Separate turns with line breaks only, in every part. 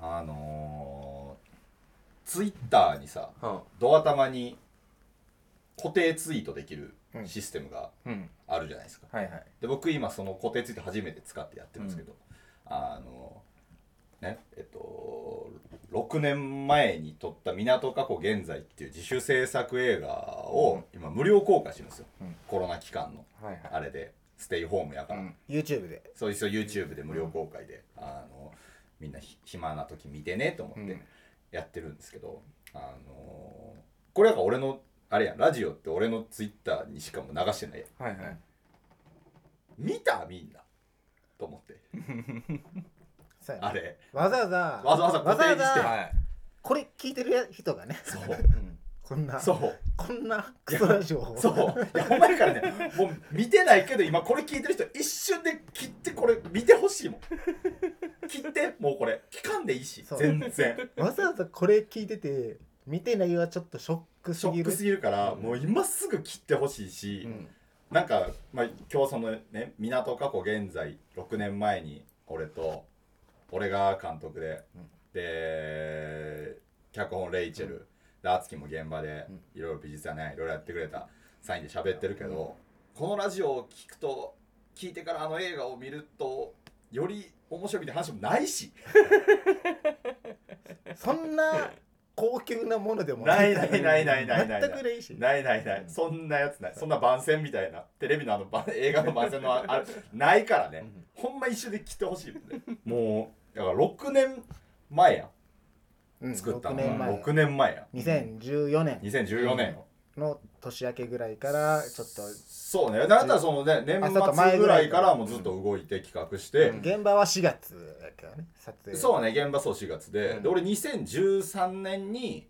あのー、ツイッターにさ
は
ドア玉に固定ツイートできるシステムが
あ、うん
あるじゃないですか、
はいはい
で僕今その固定ツイート初めて使ってやってるんですけど、あのねえっと6年前に撮った「港過去現在」っていう自主制作映画を今無料公開してるんですよ、
うん
コロナ期間の
はいはい
あれでステイホームやから、
YouTube で
そうそう YouTube で無料公開で、あのみんなひ暇な時見てねと思
う
っ
ん
てやってるんですけど、あのーこれなんか俺のあれやんラジオって俺の Twitter にしかも流してないやん
はいはい
見たみんなと思って
そうやね
あれ
わざわざ
わざわざ固定にして
わざわざ
は
これ聞いてる人がね
そう
いうん
こんな
そう
こんなクソラジオを
そういやほんまやからねもう見てないけど今これ聞いてる人一瞬で切ってこれ見てほしいもん切ってもうこれ聞かんでいいし
そう
全然
わざわざこれ聞いてて見てないはちょっとショック
シ
す
ョ
ぎ
ッ
る
クすぎるからもう今すぐ切ってほしいし、
うん
なんか、まあ、今日そのね港過去現在6年前に俺と俺が監督で、
うん
で脚本レイチェル、で敦貴も現場で
うん
いろいろ美術やねいろいろやってくれたサインで喋ってるけど、このラジオを聞くと聞いてからあの映画を見るとより面白いみたいな話もないし
そんな高級なものでも
ないないないないないないない
全くないし
ないないないそんなやつないそんな番宣みたいなテレビのあの番映画の番宣のああないからね、
うん
ほんま一緒で来てほしいもんね。 もう、だから6年前や。
うん
作った
6
の。
年前
6年前や。
2014年
2014年よ。
の年明けぐらいからちょっと
そうね。だったらそのね、年末ぐらいからもうずっと動いて企画して、
うん
現場は4月だけどね撮影
そうね、現場そう4月で、
うん
で、俺2013年に、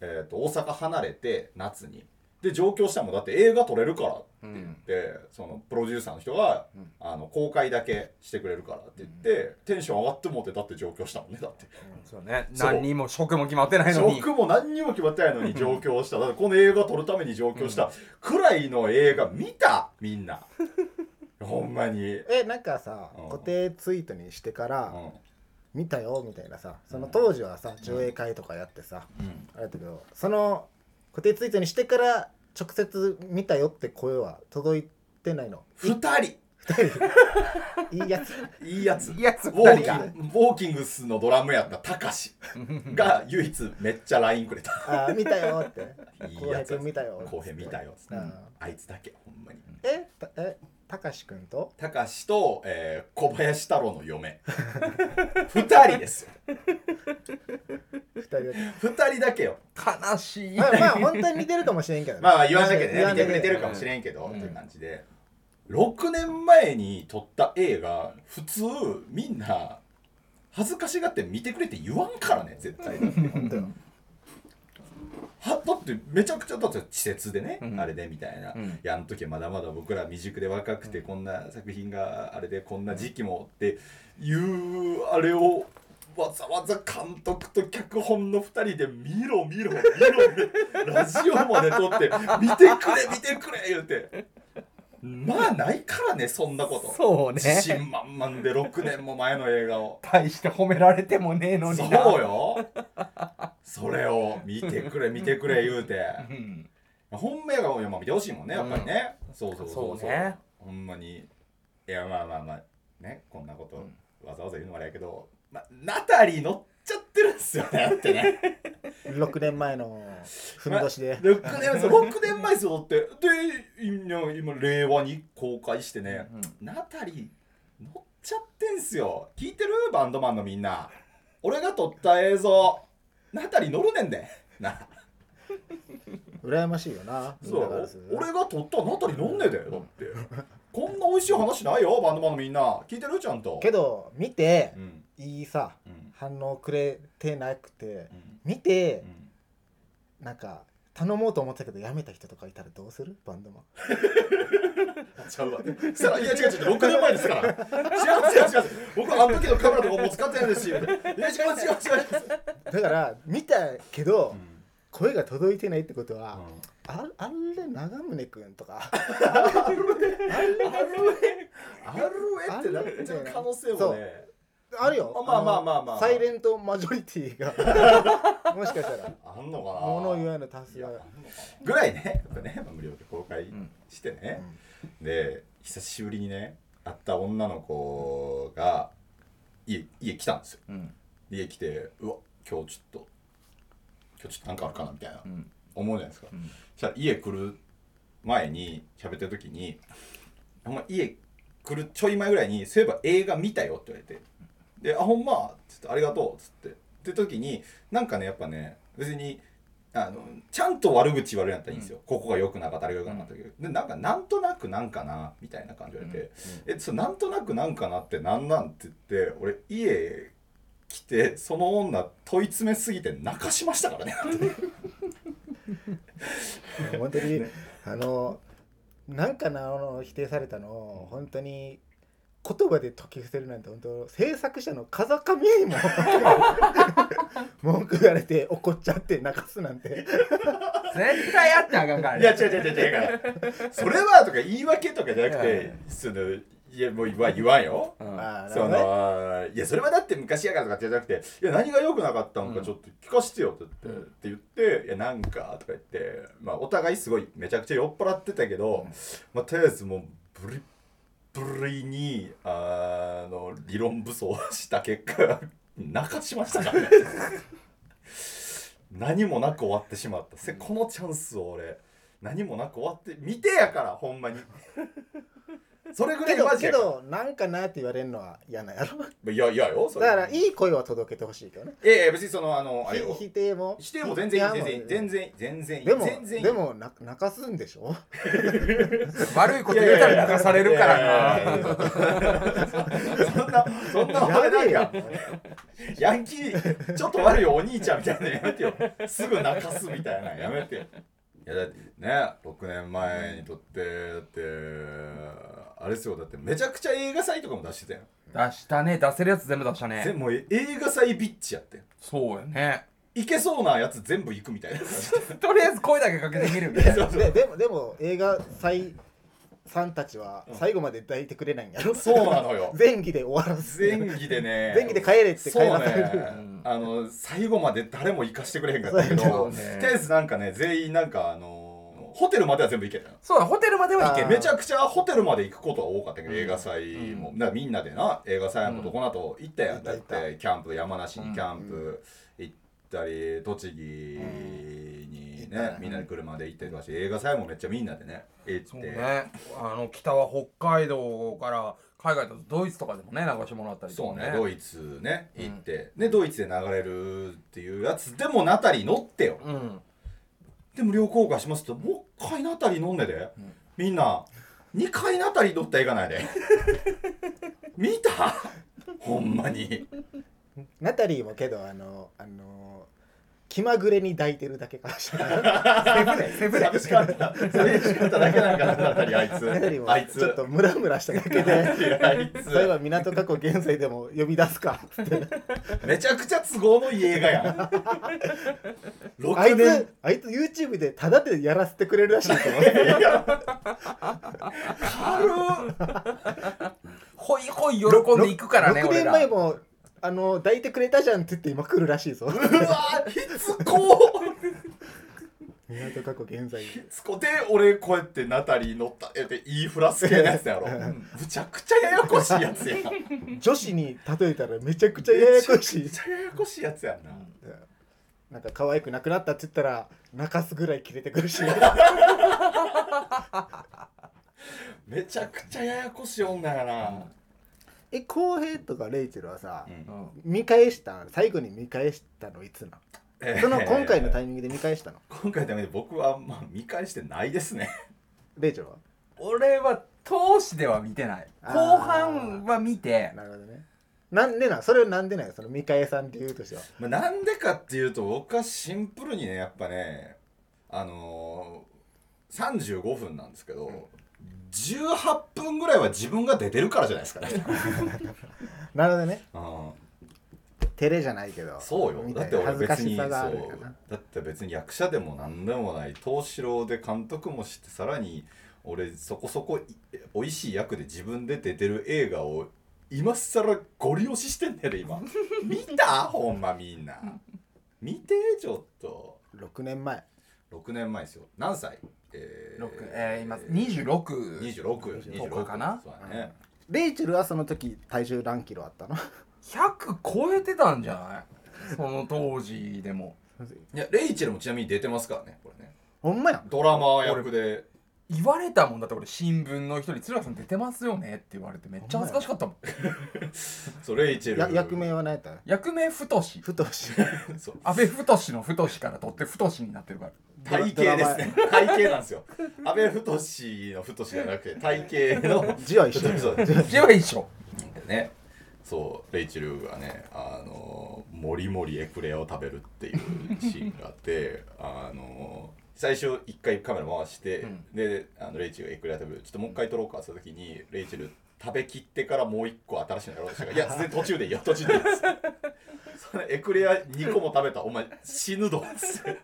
えー、と大阪離れて、夏に。で、上京したのもんだって映画撮れるからって
う
言っ
ん
て、そのプロデューサーの人が、
うん
あの公開だけしてくれるからって言って、テンション上がってもってだって上京したもんねだって
そうね
そう
何にも職も決まってないのに
僕も何にも決まってない のに上京しただからこの映画撮るために上京したくらいの映画見たみんなほんまに、
えなんかさ
うん
固定ツイートにしてか
う
ら
ん
見たよみたいなさその当時はさ上映会とかやってさあれだけどその固定ツイートにしてから直接見たよって声は届いてないの
2人
いいやつ
いいやつ
いやつ
ウォー
二
キ
人
ングウォーキングスのドラムやったたかしが唯一めっちゃ LINE くれた
あー見たよって
いい
浩
や
平
つや
君見たよ
公平見たよつって
うん
あいつだけほんまに
えたえたかし君と
たかしと、えー小林太郎の嫁2人ですよ
二人で
2人だけよ
悲しい
まあ まあ本当に似てるかもしれんけどね
まあまあ言わなきゃね
言わ
見て
なきゃ
くれてるかもしれんけど、
うん
っていう感じで6年前に撮った映画普通みんな恥ずかしがって見てくれって言わんからね絶対だって
本当よ
はだってめちゃくちゃだって稚拙でね、
うん
あれでみたいな、
うん
いやあの時はまだまだ僕ら未熟で若くてこんな作品があれでこんな時期もっていうあれをわざわざ監督と脚本の2人で見ろ見ろ見ろ見ろラジオまで撮って見てくれ見てくれ言うてまあないからねそんなこと
そう
自信
ね
満々で6年も前の映画を。
大して褒められてもねえの
そう
にな
よそれを見てくれ見てくれ言うて
うん
本命が今見てほしいもんねやっぱりね、そうそうそうそう
そうね
ほんまにいやまあまあまあねこんなことわざわざ言うのもあれやけど、まあ、ナタリー乗っちゃってるんですよねだって ね
6年前のふみ年で
6年そう6年前ですよだってで今今令和に公開してね、ナタリー乗っちゃってんすよ聞いてるバンドマンのみんな俺が撮った映像ナタリー乗るねんでな
羨ましいよな
そ
みんなから
う
すると
俺が取ったナタリ飲んねでだってこんな美味しい話ないよバンドマンのみんな聞いてるちゃんと
けど見て
うん
いいさ
うん
反応くれてなくて
うん
見て
うん
なんか頼もうと思ったけどやめた人とかいたらどうするバンドマン
ちゃうわさあいや違う違う6年前ですから違う違う違う僕あの時のカメラとかもう使ってないですしいや違う違う違
だから見たけど
う
声が届いてないってことは
うん
ああれ長宗くんとか
あるえあるえってなっちゃう可能性もね
あるよ
あまあまあ
の
まあまあ
サイレントマジョリティ がもしかしたら
あんのかな
物言わぬ多数
いや
が
あんのかなぐらいねやっぱね、まあ無料で公開
ん
してね、で久しぶりにね会った女の子が家家来たんですよ
うん
家来てうわ今日ちょっと今日ちょっとなんかあるかなみたいな、
うん
思うじゃないですか、
うん
じゃ家来る前に喋ってる時に「ほんま家来るちょい前ぐらいにそういえば映画見たよ」って言われて「であほんま」つって「ありがとう」っつってって時になんかねやっぱね別にあのちゃんと悪口言われるんやったらいいんですよ、ここが良くなかったあれが良くなかったけど、でなんかなんとなくなんかなみたいな感じで言われて「えそうなんとなくなんかなってなんなん?」って言って俺家来てその女問い詰めすぎて泣かしましたからね
本当にあのなんかなあの否定されたのを本当に言葉で解き伏せるなんて本当制作者の風上 にも文句言われて怒っちゃって泣かすなんて
絶対やってあかんからね
いや違う違う違う違うだから それはとか言い訳とかじゃなく
いやい
て
や
そのいやもう言わ言わんよ
うん
ああなる
そ
ほどね
のいやそれはだって昔やからとかじゃなくて「いや何が良くなかったのかちょっと聞かせてよ」って言って,、って言って「いやなんか」とか言って、まあ、お互いすごいめちゃくちゃ酔っ払ってたけど、まあ、とりあえずもうブリッブリにあの理論武装した結果 泣かしましたからね何もなく終わってしまったせこのチャンスを俺何もなく終わって見てやからほんまにそれぐら
け
いマ
ど
ジ
け
やから
どなんかなって言われるのは嫌なんやろ
いやいやよそ
だ
れ
からいい声は届けてほしいけどね
いやいや別にそのあのあれを
ひ否定も
否定も全然いい
批判も
全然いい全然いい全然いい
でも
全然いい
でもな泣かすんでし ょ
悪いこと言ったら泣かされるから
い
な
やいやいやそんなそんなお前
やべえ
な
よ
んかヤンキーちょっと悪いお兄ちゃんみたいなのやめてよすぐ泣かすみたいなのやめてよいやだってね6年前にとってだってあれですよだってめちゃくちゃ映画祭とかも出してたよ、
出したね出せるやつ全部出した
全
ね
部もう映画祭ビッチやってん
そうよね
いけそうなやつ全部行くみたいな感じで
とりあえず声だけかけてみるみたいな
ででもでも映画祭さんたちは最後まで抱いてくれないんやろ、
そうなのよ
前期で終わら す
前儀でね
前期で帰れって帰
そう
らされる、
ね、あの最後まで誰も行かしてくれへんかったけ
そ
ど、
うね
とりあえずなんかね全員なんかあのホテルまでは全部行けたよ
そうだホテルまでは行け
あ
る
ー
めちゃくちゃホテルまで行くことは多かったけど、映画祭も、だからみんなでな映画祭もどこなと行ったやん、
うん
だっ
行った行
てキャンプ山梨にキャン
う
プ行ったり栃木にね、
行ったね
みんなで車で行ったりとかして映画祭もめっちゃみんなでね行って
そうねあの北は北海道から海外だとドイツとかでもね流してもらったりと
そう
か
ね
ね
ドイツね行って、でドイツで流れるっていうやつでもナタリー乗ってよ、
うん
で無料公開しますともう1回なたり飲んでで、みんな2回なたり乗ったらいかないで見たほんまに
ナタリーもけどあのあの気まぐれに抱いてるだけかもしれ ないナ
セブでセブで
寂しかった寂しかっただけなんかなナタリーあいつ
タリーも
あいつ
ちょっとムラムラしただけで
いやあいつ
そういえば港過去現在でも呼び出すか
めちゃくちゃ都合のいい映画やん
あい
6年
つあいつ YouTube でタダでやらせてくれるらしいと思う
ほいほい喜んでいくからね
6
俺
年
ら
前もあの抱いてくれたじゃんって言って今来るらしいぞ
うわきつこ
港過去現在
きつこで俺こうやってナタリー乗ったえっていいフラス系のやつやろむちゃくちゃややこしいやつやん
女子に例えたらめちゃくちゃややこし
め
い
ちゃくちゃややこしいやつやんな、
なんか可愛くなくなったって言ったら泣かすぐらいキレてくるし
めちゃくちゃややこしい女やな、
え浩平とかレイチェルはさ、
うん
うん
見返した最後に見返したのいつな
えー
のその今回のタイミングで見返したの
今回のために僕はまあ見返してないです ね
レイチェルは
俺は投資では見てない
あー
後半は見て
なるほどねなんでなんそれなんでなんその見返さん理由としては
まあなんでかっていうと僕はシンプルにねやっぱねあのー、35分なんですけど18分ぐらいは自分が出てるからじゃないですかね、
なるほどね
うん
照れじゃないけど
そうよ
み
だ
た
っ
い
て
な
俺
恥ずか
別
し
にそ
さ
う
があるんやな
だって別に役者でも何でもない東四郎で監督もしてさらに俺そこそこい美味しい役で自分で出てる映画を今更ゴリ押ししてんだよね 今見たほんまみんな見てちょっと
6年前
6年前ですよ何歳え
六えー、今二十六。
26
と
26
かかな
そうだね、
レイチェルはその時体重何キロあったの
百超えてたんじゃない？その当時でも。
いやレイチェルもちなみに出てますからねこれね
ほんまやん
ドラマ役で
言われたもんだって俺新聞の人に「鶴田さん出てますよね」って言われてめっちゃ恥ずかしかったもん
そうレイチェ
や
ル
役名は何やったの
役名太し
ふとし
そう
安倍太しの太しから取って太しになってるから
体型ですね体型なんですよ安倍太の太じゃなくて体型の
字は一 緒
そう
じゃあ一緒
ねそうレイチェルがねあのもりもりエクレアを食べるっていうシーンがあってあの最初一回カメラ回して、
うん
であのレイチェルがエクレア食べるちょっともう一回撮ろうかって言った時にレイチェル食べきってからもう一個新しいのやろうとしたから「いや全然途中でいいよ途中でいいです」そのエクレア2個も食べたお前死ぬぞ」っつって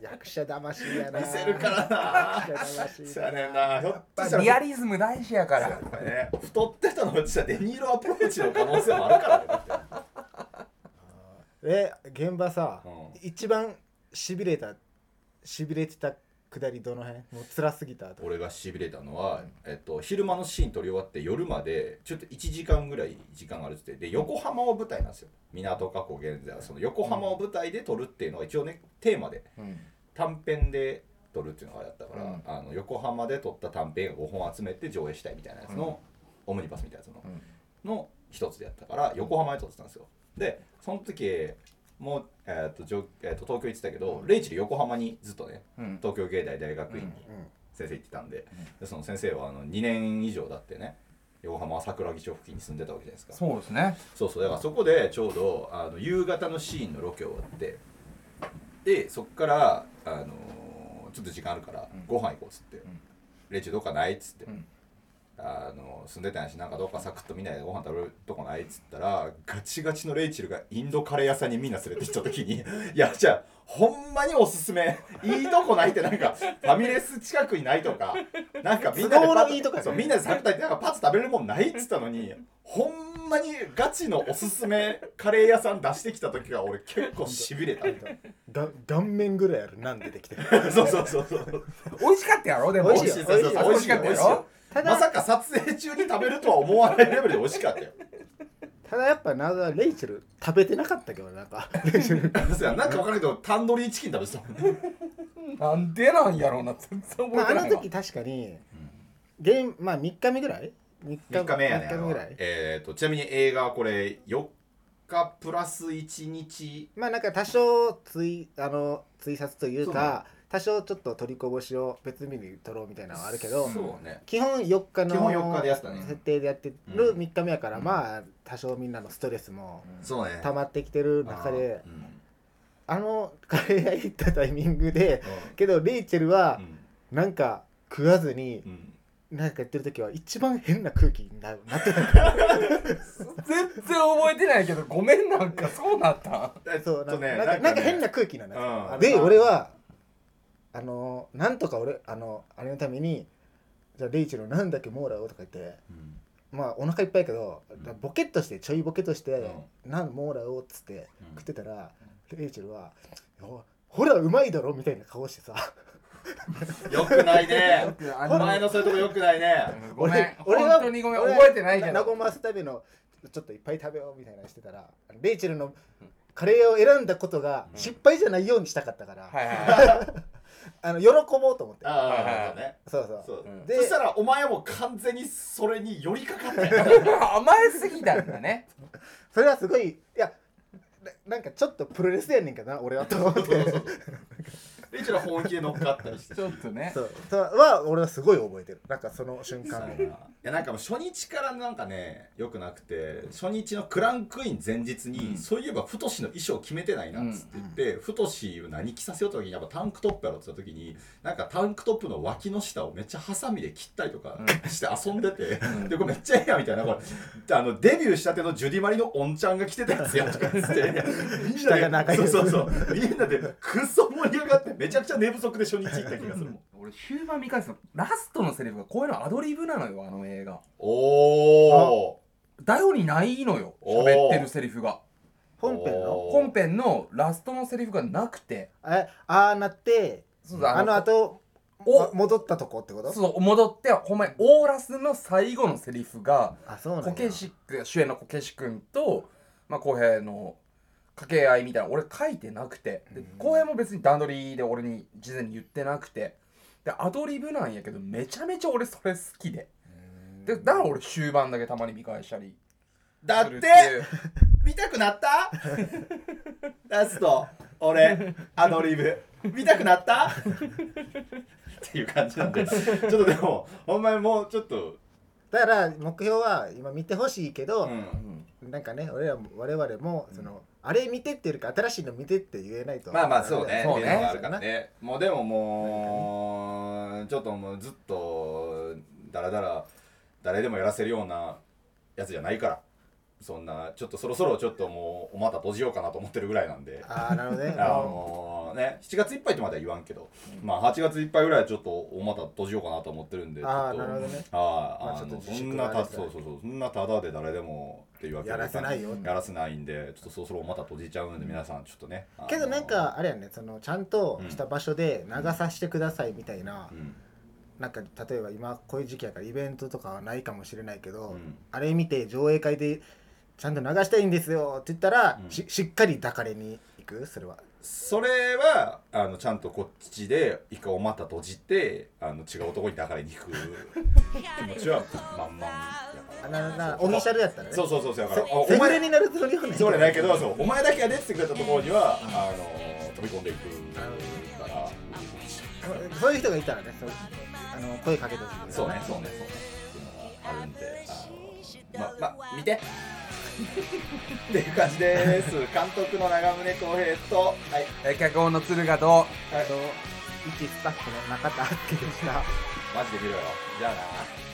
役者魂やな
見せるからな
役者 魂
そ
だ
やねんなひょっとしたら
リアリズム大事やから
これね太ってたのうちじゃデニーロアプローチの可能性もあるからねだって
え現場さ、
う
一番しびれたしびれてた下りどの辺もう辛すぎたと
俺がしびれたのは、えっと、昼間のシーン撮り終わって夜までちょっと1時間ぐらい時間があるっつってで横浜を舞台なんですよ港加古現在はその横浜を舞台で撮るっていうのが一応ねテーマで
うん
短編で撮るっていうのがあれだったから、
うん
あの横浜で撮った短編を5本集めて上映したいみたいなやつの、オムニバスみたいなやつの
うん
の一つでやったから横浜で撮ってたんですよでその時もう、えーとじょえーと東京行ってたけど、レイチル横浜にずっとね
うん
東京芸大大学院に
うん
先生行ってたんで,、でその先生はあの2年以上だってね横浜桜木町付近に住んでたわけじゃないですかそう
そうですね
そうだからそこでちょうどあの夕方のシーンのロケ終わってでそっから、あのーちょっと時間あるから、
うん
ご飯行こうっつって「
ん
レイチルどっかない?」っつって、
うん
あの住んでたんやしなんかどっかサクッとみんなでご飯食べるとこないっつったらガチガチのレイチルがインドカレー屋さんにみんな連れてきた時 にいやじゃあほんまにおすすめ いいとこないってなんかファミレス近くにないとかなんかみんなで
都合
パ
のいいとこやね
そうみんなでサクッと行ってなんかパッと食べれるもんないっつったのにほんまにガチのおすすめカレー屋さん出してきた時が俺結構しびれた
が顔面ぐらいあるなんでできてる
そうそうそうそう
美味しかったやろでも
美味しいよ
そうそうそう
美味しかった
美
や
味しい
ろ
よ
ただ
まさか撮影中に食べるとは思わないレベルで美味しかったよ
ただやっぱ謎はレイチェル食べてなかったけどな んかレイチェル
そうや なんか分からんけどタンドリーチキン食べてたもんね
なんでなんやろうな全然覚
ま
え
あ
て
あ
な
の
いわ
時確かにゲームまあ3日目ぐらい3
3日目やね
3日目ぐらい
えー、とちなみに映画はこれ4日プラス1日
まあなんか多少ついあの追殺という
そうね
か多少ちょっと取りこぼしを別日に取ろうみたいなのはあるけど
そうね
基本4日の
基本4日でやってたね
設定でやって
う
る
ん
3日目やから、
うん
まあ多少みんなのストレスも
そうね
溜まってきてる中で
あー
あのカレー屋行ったタイミングでけどレイチェルは
うん
なんか食わずに
うんうん
なんか言ってる時は一番変な空気にななってたから
全然覚えてないけどごめんなんかそうなった
えっ
そうなん
と
か
ね
なんかなんか変
ね
な空気なんだよ
うん
で
なんか
俺はあのなんとか俺あのあれのためにじゃあレイチェルなんだっけもらおうとか言って
うん
まあお腹いっぱいやけど、
うん
ボケっとしてちょいボケとして、
う
なんもらおうっつって
うん
食ってたら、レイチェルは「おほらうまいだろ」みたいな顔してさ
よくない ね
あ
お前のそういうとこよくないね
ごめん
俺
本
俺は
当にごめん
俺は
覚えてないけ
な
ど
和ますためのちょっといっぱい食べようみたいなのしてたらレイチェルのカレーを選んだことが
うん
失敗じゃないようにしたかったから、
はいはいはい
あの喜ぼうと思って
ああ、
はいはい
そうね
そうそう
そう、
う
そ
ん
で
したらお前はもう完全にそれに寄りかかった よ
甘えすぎたんだね
それはすごいいやななんかちょっとプロレスやねんかな俺はと思って
そうそうそうレイチェルは本気で乗っかったりして
ちょっとね
そうそれは俺はすごい覚えてるなんかその瞬間
そう
を
やないやなんかもう初日からなんかね良くなくて初日のクランクイン前日に、
うん
そういえば太志の衣装決めてないなっつって言って、太志を何着させようと時にやっぱタンクトップやろって言った時になんかタンクトップの脇の下をめっちゃハサミで切ったりとかして遊んでて、
ん
でこれめっちゃええやんみたいなこれあのデビューしたてのジュディマリのおんちゃんが着てたやつやとかっつってみん
下が
な
長
で
い
そ
や
う
つ
そうそうみんなでクソ盛り上がってめちゃくちゃ寝不足で初日行った気がするもん。
俺終盤見返すとラストのセリフがこういうのアドリブなのよあの映画
おお
頼りないのよ
おー
喋ってるセリフが
本編の
おー
本編のラストのセリフがなくて
えああなって
そうそう
あのあと
お
戻ったとこってこと
そう戻ってほんまにオーラスの最後のセリフが
あそうなん
こ
や
けし君主演のこけし君とまあ浩平の掛け合いみたいな俺書いてなくてで浩平も別に段取りで俺に事前に言ってなくてでアドリブなんやけどめちゃめちゃ俺それ好きででだから俺終盤だけたまに見返したり
だ
す
っ
る
て
いう
見たくなったラスト俺アドリブ見たくなったっていう感じなんでちょっとでもほんまにもうちょっと、
だから目標は今見てほしいけ
う
ど、
ん、
なんかね俺らも我々もその、あれ見てっていうか新しいの見てって言えないと
まあまあそうね
そ
っ
うね
ていうのがあるからねもうでももうちょっともうずっとだらだら誰でもやらせるようなやつじゃないからそんなちょっとそろそろちょっともうお股閉じようかなと思ってるぐらいなんで
ああなる ほどね
あのね7月いっぱいとまでは言わんけど、まあ8月いっぱいぐらいはちょっとお股閉じようかなと思ってるんでちょっと
あーなるほどね
はい
まあ
あ
ちょっと
の
自
そ
粛
ん
が
な
あれ
た
ですか
そ
ら
うそうそうそんなただで誰でもっていうわけに
やらせないよ
やらせないんでちょっとそろそろお股閉じちゃうんで皆さんちょっとねあの
けどなんかあれやねそのちゃんとした場所で流させてくださいみたいな、
うん
なんか例えば今こういう時期やからイベントとかはないかもしれないけど、
うん
あれ見て上映会でちゃんと流したいんですよって言ったら、
うん
ししっかり抱かれに行くそれは
それはあのちゃんとこっちで一回お股閉じてあの違うとこに流れに行く気持ちはまんまん
あ
やか
なな
ら
オフィシャルやったらね
そうそうそうそうだからあ
セ
お
フレ
前
になるつもりはない
そうじゃないけどそうお前だけが出てくれたところにはあの飛び込んでいくから
そういう人がいたらねそうあの声かけてほしいけど
そうねそうねそうねっていうのがあるんであのまま見てっていう感じです監督の長宗浩平とはい
え脚本の鶴賀と
あと一スタッフの中田明でした
マジで見ろよじゃあな